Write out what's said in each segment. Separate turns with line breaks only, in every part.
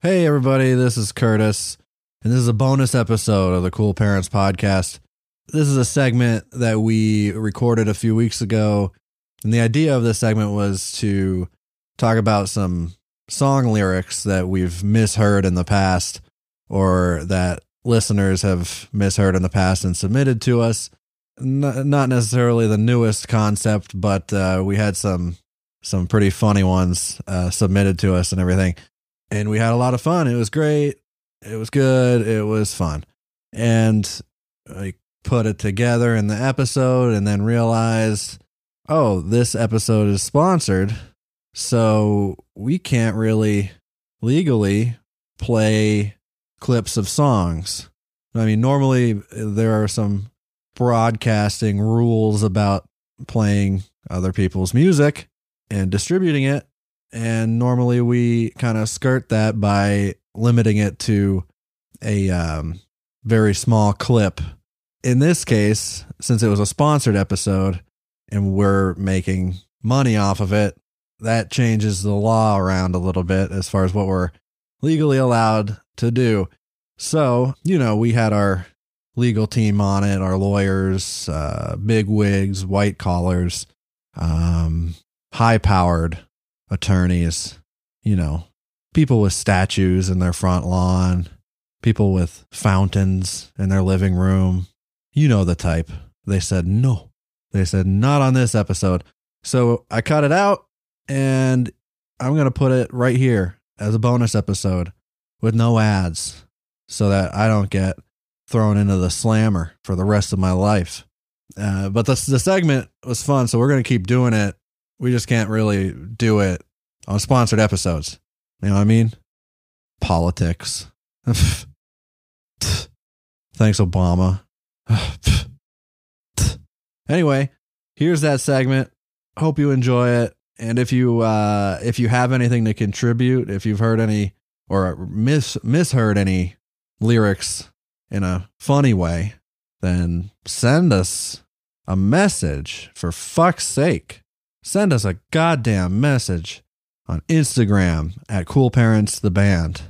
Hey, everybody, this is Curtis, and this is a bonus episode of the Cool Parents Podcast. This is a segment that we recorded a few weeks ago, and the idea of this segment was to talk about some song lyrics that we've misheard in the past or that listeners have misheard in the past and submitted to us. N- not necessarily the newest concept, but uh, we had some some pretty funny ones uh, submitted to us and everything and we had a lot of fun. It was great. It was good. It was fun. And I put it together in the episode and then realized, oh, this episode is sponsored. So we can't really legally play clips of songs. I mean, normally there are some broadcasting rules about playing other people's music and distributing it and normally we kind of skirt that by limiting it to a um, very small clip. In this case, since it was a sponsored episode and we're making money off of it, that changes the law around a little bit as far as what we're legally allowed to do. So, you know, we had our legal team on it, our lawyers, uh, big wigs, white collars, um, high powered attorneys, you know, people with statues in their front lawn, people with fountains in their living room. You know the type. They said no. They said not on this episode. So I cut it out and I'm going to put it right here as a bonus episode with no ads so that I don't get thrown into the slammer for the rest of my life. Uh, but the, the segment was fun. So we're going to keep doing it we just can't really do it on sponsored episodes. You know what I mean? Politics. Thanks, Obama. anyway, here's that segment. Hope you enjoy it. And if you uh, if you have anything to contribute, if you've heard any or mis misheard any lyrics in a funny way, then send us a message for fuck's sake send us a goddamn message on Instagram at Cool Parents the Band,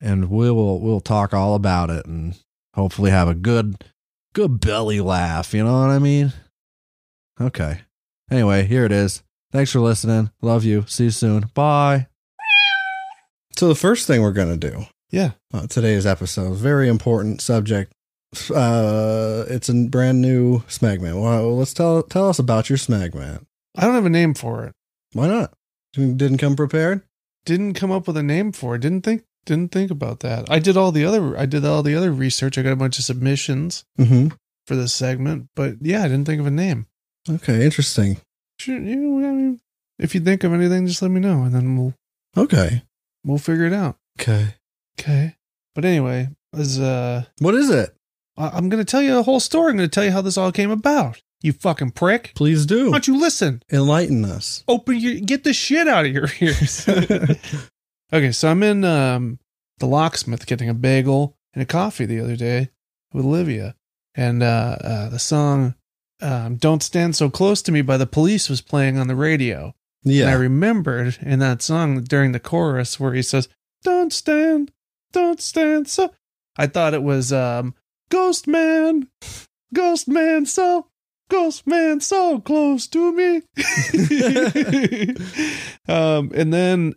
and we will we'll talk all about it and hopefully have a good good belly laugh. You know what I mean? Okay. Anyway, here it is. Thanks for listening. Love you. See you soon. Bye. So the first thing we're gonna do, yeah, uh, today's episode, very important subject. Uh, it's a brand new Smegman. Well, let's tell tell us about your Smegman.
I don't have a name for it.
Why not? You didn't come prepared?
Didn't come up with a name for it. Didn't think didn't think about that. I did all the other I did all the other research. I got a bunch of submissions
Mm-hmm.
for this segment, but yeah, I didn't think of a name.
Okay, interesting.
Sure, you know, I mean, if you think of anything, just let me know, and then we'll
Okay.
we'll figure it out.
Okay.
Okay. But anyway, as uh,
What is it?
I- I'm gonna tell you a whole story. I'm gonna tell you how this all came about. You fucking prick!
Please do.
Why don't you listen?
Enlighten us.
open your get the shit out of your ears. okay, so I'm in um the locksmith getting a bagel and a coffee the other day with Olivia, and uh, uh the song um, "Don't Stand So Close to Me" by the Police was playing on the radio. And I
Yeah.
remembered in that song during the chorus where he says, Don't stand, don't stand so. I thought it was um, Ghost Man, Ghost Man so, Ghost Man so close to me. um, and then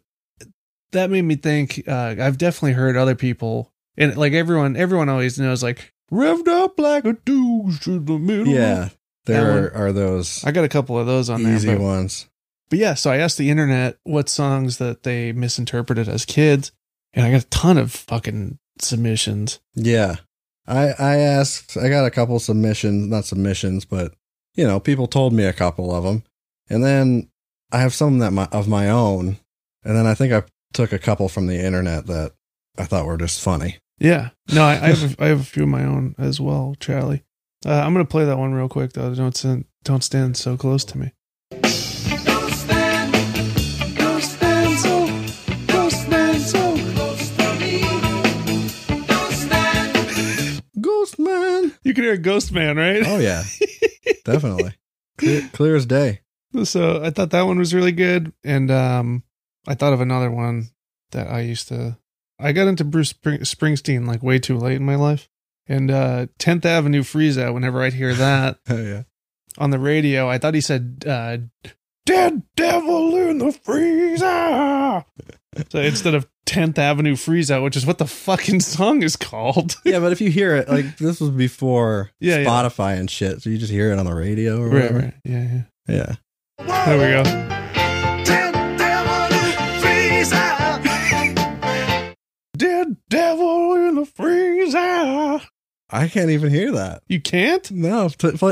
that made me think uh, I've definitely heard other people, and like everyone, everyone always knows, like, revved up like a douche in the middle.
yeah.
That
There are, are those
I got a couple of those on there.
easy
but-
ones.
but yeah, so I asked the internet what songs that they misinterpreted as kids, and I got a ton of fucking submissions.
Yeah. I I asked I got a couple submissions, not submissions, but you know, people told me a couple of them. And then I have some that my, of my own. And then I think I took a couple from the internet that I thought were just funny.
Yeah. No, I, I have a, I have a few of my own as well, Charlie. Uh, I'm gonna play that one real quick though. Don't stand, don't stand so close to me.
Ghost man.
You can hear a ghost man, right?
Oh yeah, definitely. Clear, clear as day.
So I thought that one was really good, and um, I thought of another one that I used to. I got into Bruce Spring- Springsteen like way too late in my life, and uh, 10th Avenue Freeze Out. Whenever I'd hear that
Oh yeah.
on the radio, I thought he said uh, "Dead Devil in the Freezer." So instead of 10th Avenue Freeze Out, which is what the fucking song is called.
Yeah, but if you hear it, like this was before
Yeah, yeah.
Spotify and shit, so you just hear it on the radio or
right,
whatever.
right. Yeah, yeah.
Yeah.
There we go. Dead devil in the freezer.
I can't even hear that.
You can't?
No, t- fl-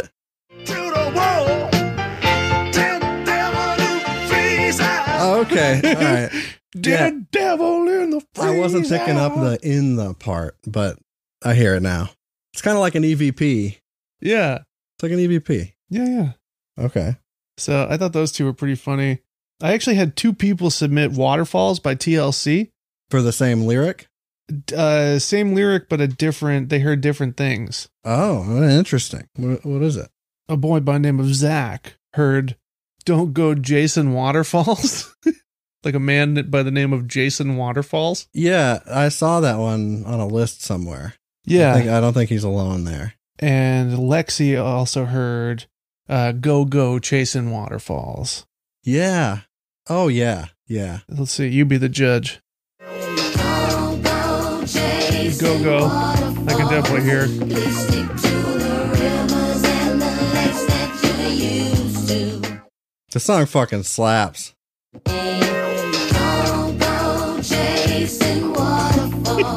oh, okay. All right.
Dead devil in the freezer.
I wasn't picking up the in the part, but I hear it now. It's kind of like an EVP. It's
Yeah.
like an EVP.
Yeah, yeah.
Okay.
So I thought those two were pretty funny. I actually had two people submit Waterfalls by TLC.
For the same lyric.
Uh, same lyric, but a different, they heard different things.
Oh, interesting. What, what is it?
A boy by the name of Zach heard Don't Go Jason Waterfalls. like a man by the name of Jason Waterfalls.
Yeah, I saw that one on a list somewhere.
Yeah.
I, think, I don't think he's alone there.
and Lexi also heard uh, "Go Go Chasing Waterfalls."
Yeah. Oh yeah. Yeah.
Let's see, you be the judge. Go go, I can definitely hear.
The song fucking slaps.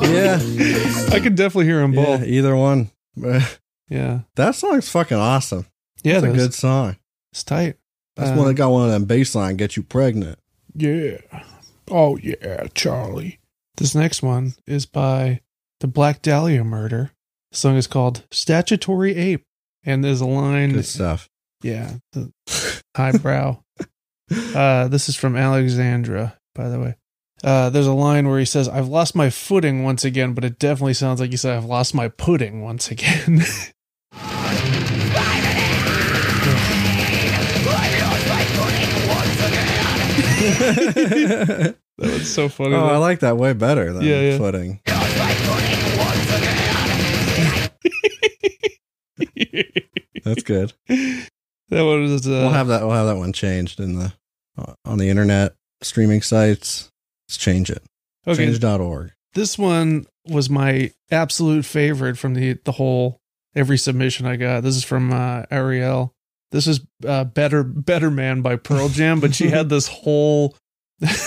Yeah.
I can definitely hear them
yeah
both.
either one.
Yeah,
that song's fucking awesome.
yeah,
That's a
it is.
good song.
It's tight.
That's
Uh,
one that got one of them bass line get you pregnant.
Yeah. Oh yeah, Charlie. This next one is by the Black Dahlia Murder. The song is called "Statutory Ape," and there's a line.
Good stuff.
Yeah, the highbrow. Uh, this is from Alexandra, by the way. Uh, there's a line where he says, "I've lost my footing once again," but it definitely sounds like he said, "I've lost my pudding once again."
oh,
that was so funny.
I like that way better than
Yeah, yeah.
footing. That's good.
that one was. Uh,
we'll have that. We'll have that one changed in the uh, on the internet streaming sites. Let's change it.
okay,
Change.org.
this one was my absolute favorite from the the whole every submission I got. This is from uh, Ariel. This is uh, better better man by Pearl Jam, but she had this whole.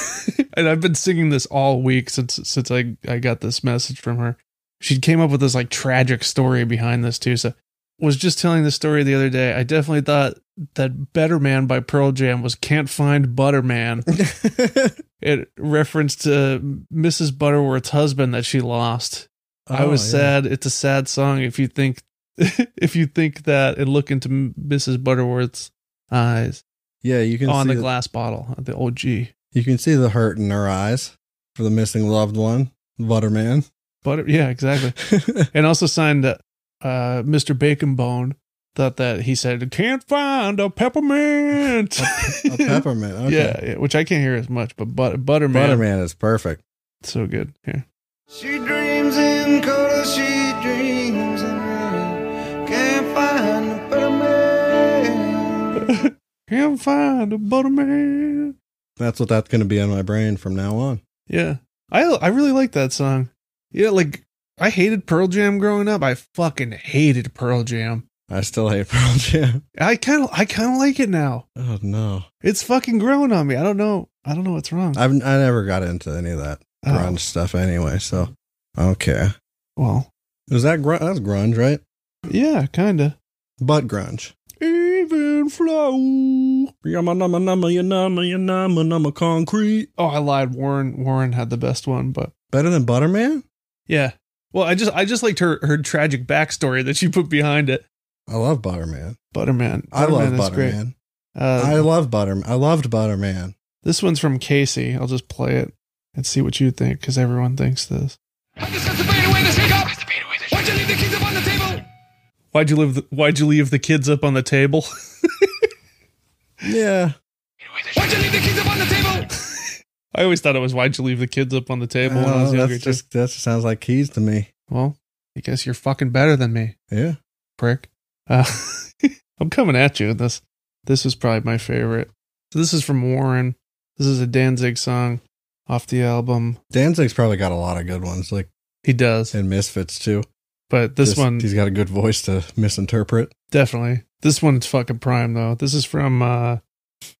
and I've been singing this all week since since I I got this message from her. She came up with this like tragic story behind this too. So was just telling this story the other day. I definitely thought that Better Man by Pearl Jam was Can't Find Butter Man it referenced uh, Mrs. Butterworth's husband that she lost. I
Oh,
was
yeah.
sad. It's a sad song. If you think, if you think that, and look into M- Mrs. Butterworth's eyes
Yeah, you can
on
see
the
the-
glass bottle, uh, the OG
You can see the hurt in her eyes for the missing loved one, Butterman. Oh,
butter. Yeah, exactly. and also signed uh, Mr. Bacon Bone. Thought that he said can't find a peppermint.
A peppermint. Okay.
yeah, yeah, which I can't hear as much, but but butterman,
Butterman is perfect.
so good. Here.
She dreams in color, she dreams in red. Can't find a better man.
Can't find a butterman.
That's what that's going to be in my brain from now on.
Yeah. I I really like that song. Yeah, like I hated Pearl Jam growing up. I fucking hated Pearl Jam.
I still hate Pearl Jam.
I kind of I kind of like it now.
Oh no,
It's fucking growing on me. I don't know. I don't know what's wrong.
I've I never got into any of that
Oh,
grunge stuff anyway, so I don't care.
well,
Was that grunge? That's grunge, right?
yeah, kind of.
Butt grunge.
Even flow.
Yama nama nama ya nama ya nama nama concrete.
Oh, I lied. Warren Warren had the best one, but
Better than Butterman?
Yeah. Well, I just I just liked her her tragic backstory that she put behind it.
I love Butterman.
Butterman.
I love
is great.
Butterman.
Uh,
I love Butterman. I loved Butterman.
This one's from Casey. I'll just play it and see what you think because everyone thinks this.
I just anticipated away this hiccup. Why'd you leave the kids up on the table?
Why'd you leave? The, why'd you leave the kids up on the table?
Yeah.
Why'd you leave the kids up on the table?
I always thought it was why'd you leave the kids up on the table when I was
Oh,
younger.
that's
Just
just, that just sounds like keys to me.
well, I guess you're fucking better than me,
Yeah.
prick. Uh, I'm coming at you. with This this is probably my favorite. So this is from Warren. This is a Danzig song off the album.
Danzig's probably got a lot of good ones, like
He does,
and Misfits too.
but this
Just-
one
he's got a good voice to misinterpret.
Definitely. This one's fucking prime though. This is from uh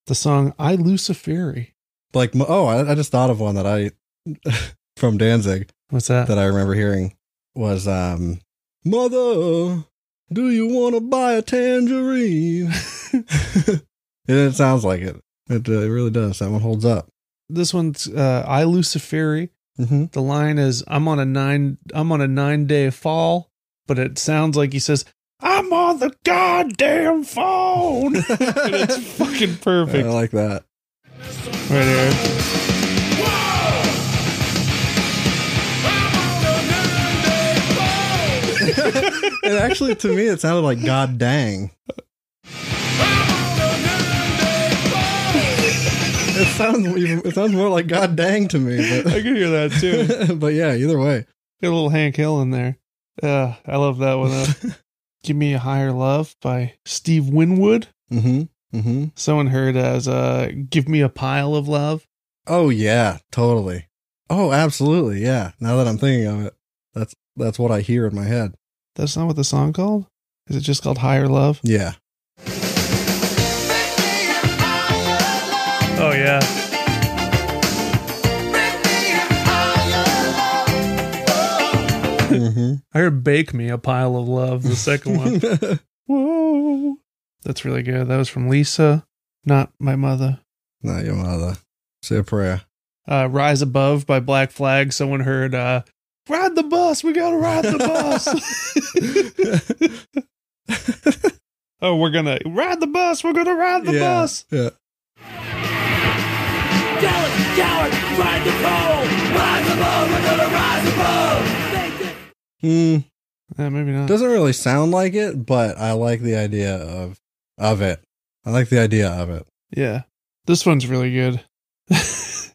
the song I Luciferi.
Like, oh, I, I just thought of one that I from Danzig.
What's that?
that I remember hearing was um Mother, do you want to buy a tangerine? and it sounds like it. It, uh, it really does. That one holds up.
this one's uh I Luciferi.
Mm-hmm.
The line is I'm on a nine I'm on a nine day fall, but it sounds like he says, I'm on the goddamn phone. and it's fucking perfect.
I like that.
right here.
And actually, to me, it sounded like God dang. It sounds even, it sounds more like God dang to me.
I can hear that too.
But, but yeah, either way,
Got a little Hank Hill in there. Uh, I love that one. though. Give Me a Higher Love by Steve Winwood.
hmm hmm
Someone heard as uh give me a pile of love.
Oh yeah, totally. Oh, absolutely. Yeah. Now that I'm thinking of it, that's that's what I hear in my head.
That's not what the song called? Is it just called Higher Love?
Yeah.
Oh yeah.
hmm
I heard Bake Me a Pile of Love, the second one. Whoa. That's really good. That was from Lisa, not my mother.
Not your mother. Say a prayer.
Uh Rise Above by Black Flag. Someone heard uh Ride the bus, we gotta ride the bus. oh, we're gonna ride the bus, we're gonna ride the
yeah.
bus.
Yeah. Hmm.
Yeah, maybe not.
Doesn't really sound like it, but I like the idea of of it. I like the idea of it.
Yeah. This one's really good. so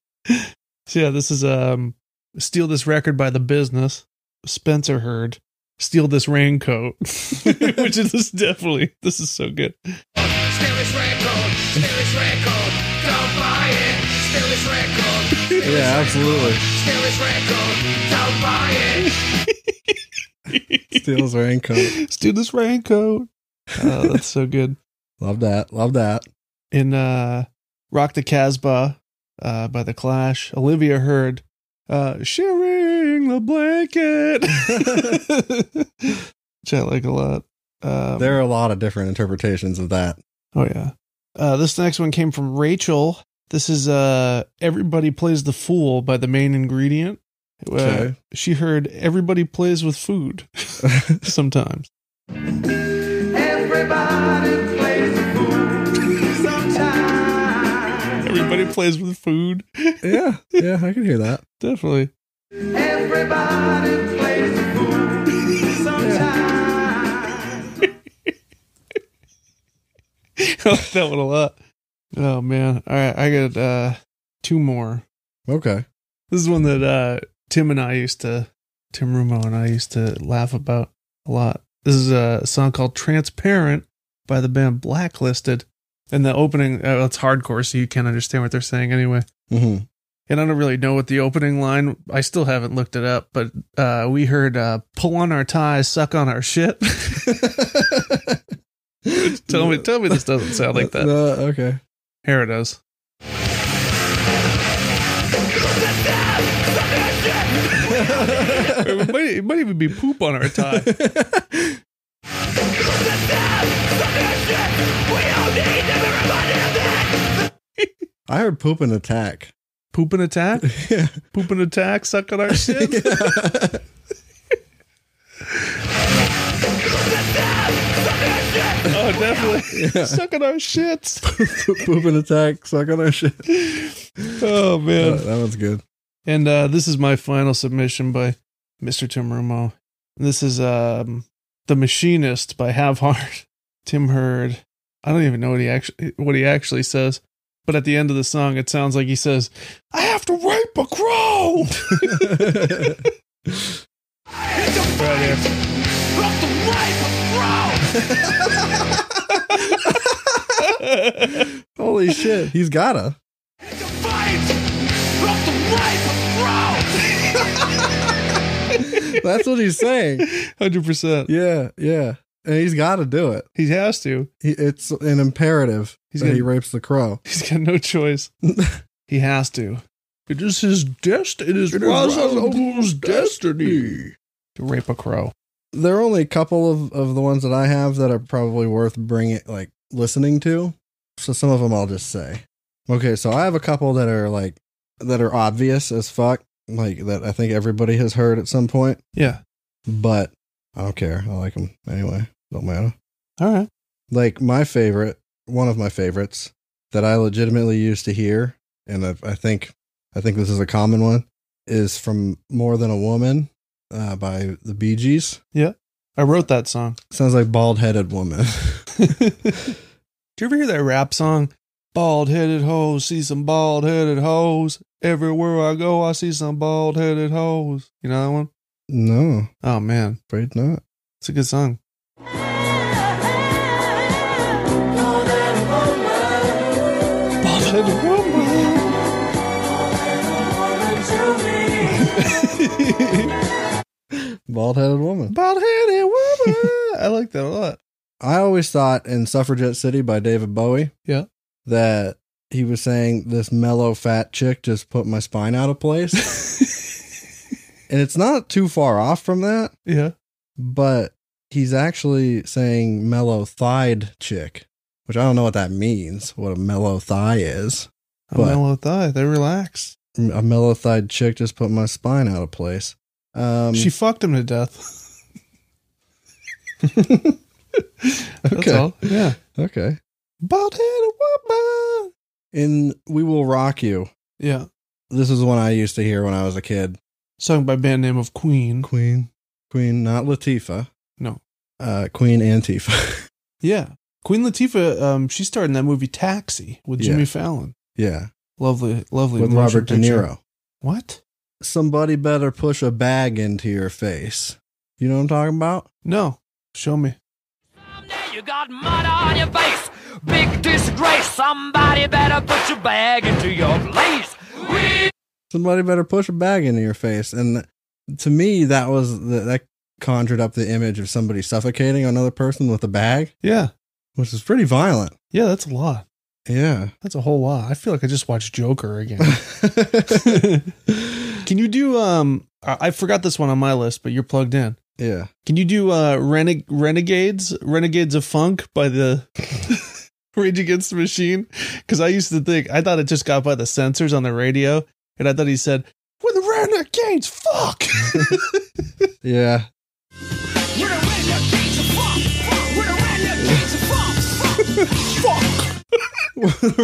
yeah, this is um Steal This Record by the Business, Spencer Heard, Steal This Raincoat. Which is this definitely this is so good.
Steal this record, steal this record, don't buy it. Steal this record,
Yeah, absolutely.
steal this record, don't buy it.
Steals raincoat.
Steal this raincoat. Oh, that's so good.
Love that. Love that.
In uh Rock the Casbah uh by the Clash, Olivia Heard, uh sharing the blanket. Which I like a lot. Um,
There are a lot of different interpretations of that.
Oh yeah. Uh, this next one came from Rachel. This is uh, "Everybody Plays the Fool" by the main ingredient. Uh,
Okay.
She heard "Everybody plays with food" sometimes.
Everybody plays the fool sometimes.
Everybody plays with food,
yeah. Yeah, I can hear that.
definitely.
Everybody plays the fool sometimes.
I like that one a lot. Oh man! All right, I got uh, two more.
Okay.
This is one that uh, Tim and I used to, Tim Rumo and I used to laugh about a lot. This is a song called Transparent by the band Blacklisted. And the opening, uh, it's hardcore, so you can't understand what they're saying anyway.
hmm
And I don't really know what the opening line, I still haven't looked it up, but uh, we heard uh, pull on our ties, suck on our shit. tell me, tell me this doesn't sound like that.
No, okay.
Here it is. it, might, it might even be poop on our tie.
I heard poop and attack.
Poop and attack?
Yeah.
Poop and attack? Suck on our shit? Oh, definitely. Suck on our shits.
Poop and attack, suck on our shit.
Oh, man.
That, that one's good.
And uh, this is my final submission by Mr. Tim Rumo. This is um, The Machinist by Have Heart. Tim Hurd. I don't even know what he actually what he actually says, but at the end of the song, it sounds like he says, "I have to rape a crow."
Holy shit. He's gotta. That's what he's saying.
Hundred percent.
Yeah, yeah. And he's gotta do it.
He has to.
He, it's an imperative
He's
that
gonna-
he rapes the crow.
He's got no choice. he has to. It is his destiny. It is
Razzle's destiny.
to rape a crow.
There are only a couple of, of the ones that I have that are probably worth bringing, like listening to. So some of them I'll just say. Okay, so I have a couple that are like, that are obvious as fuck, like that I think everybody has heard at some point,
Yeah.
but I don't care. I like them anyway. Don't matter.
All right.
like my favorite, one of my favorites that I legitimately used to hear, and I, I think I think this is a common one, is from "More Than a Woman" uh, by the Bee Gees.
I wrote that song.
Sounds like bald-headed woman.
Do you ever hear that rap song? Bald headed hoes, see some bald headed hoes. Everywhere I go, I see some bald headed hoes. You know that one?
no,
Oh man,
afraid not.
it's a good song. Bald headed woman.
Bald-headed woman.
Bald headed woman. I like that a lot.
I always thought in "Suffragette City" by David Bowie.
Yeah.
that he was saying this mellow fat chick just put my spine out of place, and it's not too far off from that.
Yeah.
but he's actually saying mellow thighed chick, which I don't know what that means, what a mellow thigh is.
A
What?
mellow thigh. They relax.
A mellow thighed chick just put my spine out of place. Um,
She fucked him to death. That's
Okay.
all. Yeah.
okay.
Bald headed woman.
In We Will Rock You,
Yeah.
this is one I used to hear when I was a kid.
Sung by band name of Queen.
Queen, Queen, not Latifah.
No.
Uh, Queen Antifa.
Yeah. Queen Latifah, um, she starred in that movie Taxi with
Yeah.
Jimmy Fallon.
yeah.
Lovely, lovely.
With
motion
Robert De
picture.
Niro.
What?
Somebody better push a bag into your face. You know what I'm talking about?
No. Show me.
Now you got mud on your face. Big disgrace. Somebody better put your bag into your place. We
somebody better push a bag into your face and to me that was the, that conjured up the image of somebody suffocating another person with a bag
Yeah.
which is pretty violent
Yeah, that's a lot.
yeah
That's a whole lot. I feel like I just watched Joker again. Can you do um I I forgot this one on my list, but you're plugged in.
yeah
Can you do uh Rene- Renegades? Renegades of Funk by the Rage Against the Machine? Because I used to think I thought it just got by the censors on the radio, and I thought he said, We're the renegades, fuck.
yeah
We're the renegades of funk. We're the renegades of funk.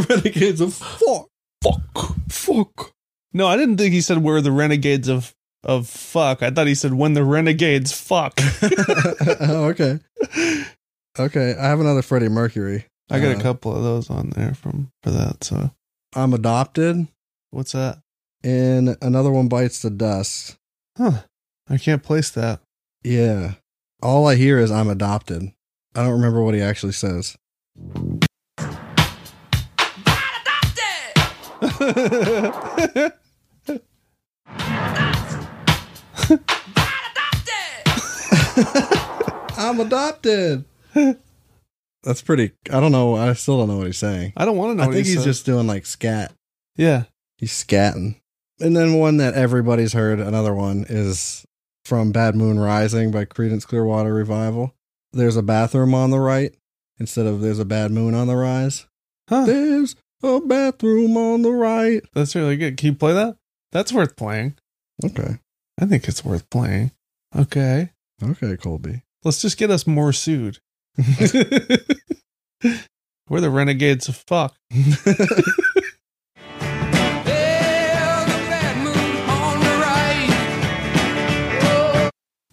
renegades of fuck
fuck. Fuck. No, I didn't think he said we're the renegades of of fuck. I thought he said when the renegades fuck.
oh, okay okay i have another freddie mercury
I got
Uh,
a couple of those on there from for that. So
i'm adopted
what's that?
and another one bites the dust
Huh. I can't place that.
yeah all i hear is i'm adopted i don't remember what he actually says I'm adopted. That's pretty. I don't know. I still don't know what he's saying.
I don't want to know.
I
what
think
he
he's
said.
just doing like scat.
yeah.
He's scatting. And then one that everybody's heard, another one is from Bad Moon Rising by Credence Clearwater Revival. There's a bathroom on the right instead of there's a bad moon on the rise.
Huh.
There's A bathroom on the right.
That's really good. Can you play that? That's worth playing.
Okay.
I think it's worth playing. Okay.
Okay, Colby.
Let's just get us more sued. We're the renegades of fuck.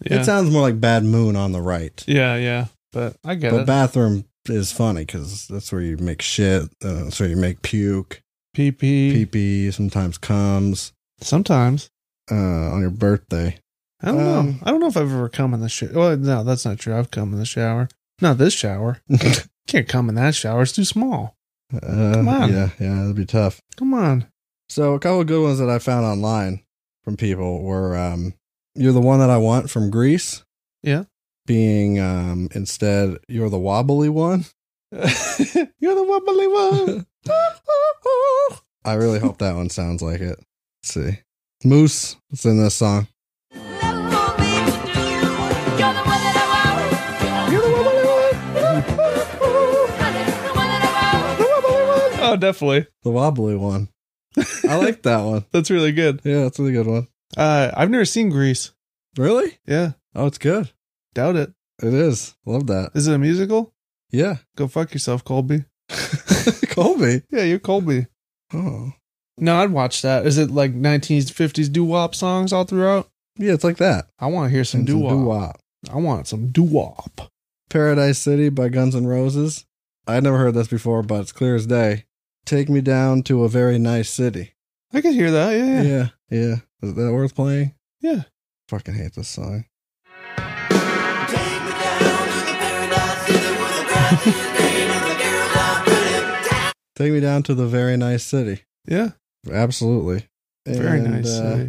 Yeah.
It sounds more like Bad Moon on the right.
yeah, yeah. But I get
but
it.
bathroom is funny because that's where you make shit. Uh, that's where you make puke,
PP.
pee pee, sometimes comes
Sometimes.
uh, on your birthday.
I don't know.
Um,
I don't know if I've ever come in the shower. Well, no, that's not true. I've come in the shower. Not this shower. Can't come in that shower. It's too small.
Uh,
on.
Yeah, yeah, that'd be tough.
Come on.
So a couple of good ones that I found online from people were um, "You're the one that I want" from Greece.
Yeah.
Being um, instead, "You're the wobbly one."
You're the wobbly one.
I really hope that one sounds like it. Let's see, Moose. It's in this song.
Oh, definitely.
The wobbly one. I like that one.
That's really good.
Yeah, that's a really good one.
Uh, I've never seen Grease.
Really?
Yeah,
Oh, it's good.
doubt it.
It is. Love that.
Is it a musical?
Yeah.
Go fuck yourself, Colby.
Colby.
Yeah, you're Colby.
Oh.
No, I'd watch that. Is it like 1950s doo wop songs all throughout?
Yeah, it's like that.
I want to hear some
And
doo
some
wop.
doo-wop.
I want some doo wop.
Paradise City by Guns N' Roses. I'd never heard this before, but it's clear as day. Take me down to a very nice city.
I could hear that. Yeah, yeah.
Yeah. Yeah. Is that worth playing?
yeah.
Fucking hate this song. Take me down to the very nice city.
yeah.
Absolutely.
Very
And,
nice.
uh,
uh,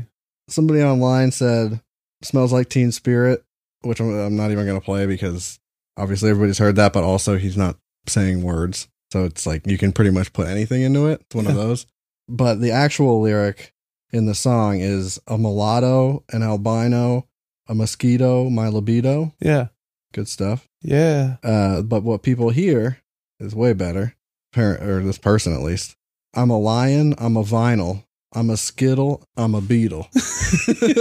somebody online said smells like teen spirit which i'm, I'm not even going to play because obviously everybody's heard that but also he's not saying words so it's like you can pretty much put anything into it it's one of those but the actual lyric in the song is a mulatto an albino a mosquito my libido
yeah.
good stuff
Yeah.
uh, but what people hear is way better parent or this person at least i'm a lion i'm a vinyl i'm a skittle i'm a beetle and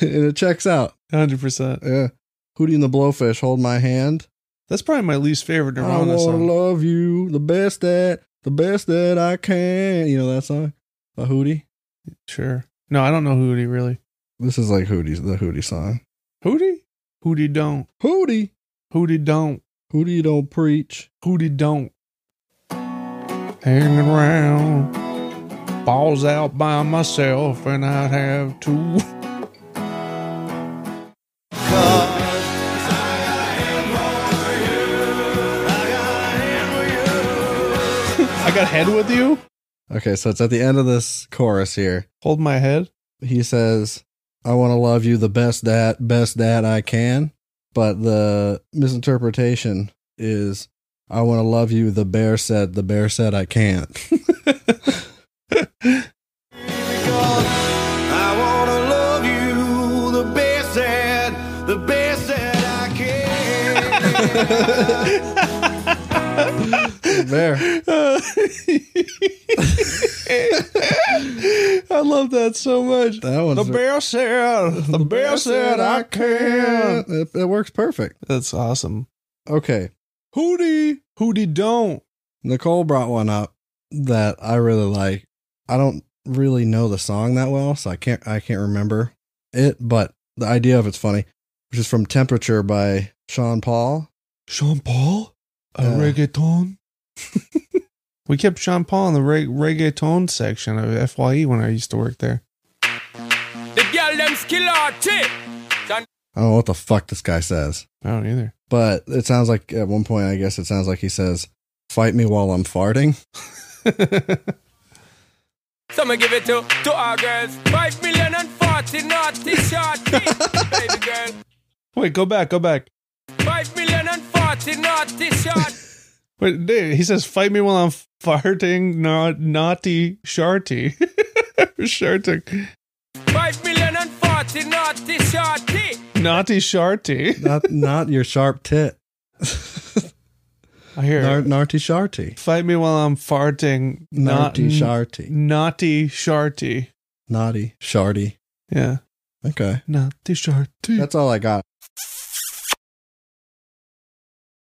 it checks out.
100%.
Yeah. Hootie and the Blowfish, hold my hand.
That's probably my least favorite
I
Nirvana
wanna
song.
love you the best that the best that I can. You know that song by Hootie.
sure. No, I don't know Hootie really.
This is like Hootie's the Hootie song.
Hootie? Hootie don't.
Hootie,
Hootie don't.
Hootie don't preach.
Hootie don't. Hanging around. Balls out by myself, and I'd have to. I got head with you?
Okay, so it's at the end of this chorus here.
Hold my head.
He says, "I want to love you the best that best that I can," but the misinterpretation is, "I want to love you the bear said the bear said I can't."
I wanna love you the best that, the best that I can.
There.
Uh, I love that so much.
That one's
the bear said, the bear said I can.
It, it works perfect.
That's awesome.
Okay.
Hootie, hootie don't.
Nicole brought one up that I really like. I don't really know the song that well, so I can't I can't remember it, but the idea of it's funny, which is from Temperature by Sean Paul.
Sean Paul, a
Uh.
reggaeton. we kept Sean Paul in the reg- reggaeton section of FYE when I used to work there.
I don't know what the fuck this guy says.
I don't either.
But it sounds like at one point I guess it sounds like he says, Fight me while I'm farting.
Someone give it to to our girls. Five million and forty naughty shorty, baby girl.
Wait, go back, go back.
Five million and forty naughty shorty.
Wait, dude, he says, "Fight me while I'm farting, na- naughty, sharty, sharting,
Five million and forty naughty shorty.
naughty, sharty."
Not not your sharp tit.
I hear
Nar-
it.
Narty Sharty.
Fight me while I'm farting. Not-
Narty Sharty.
Naughty sharty.
Naughty Sharty.
Yeah.
Okay.
Naughty sharty.
That's all I got.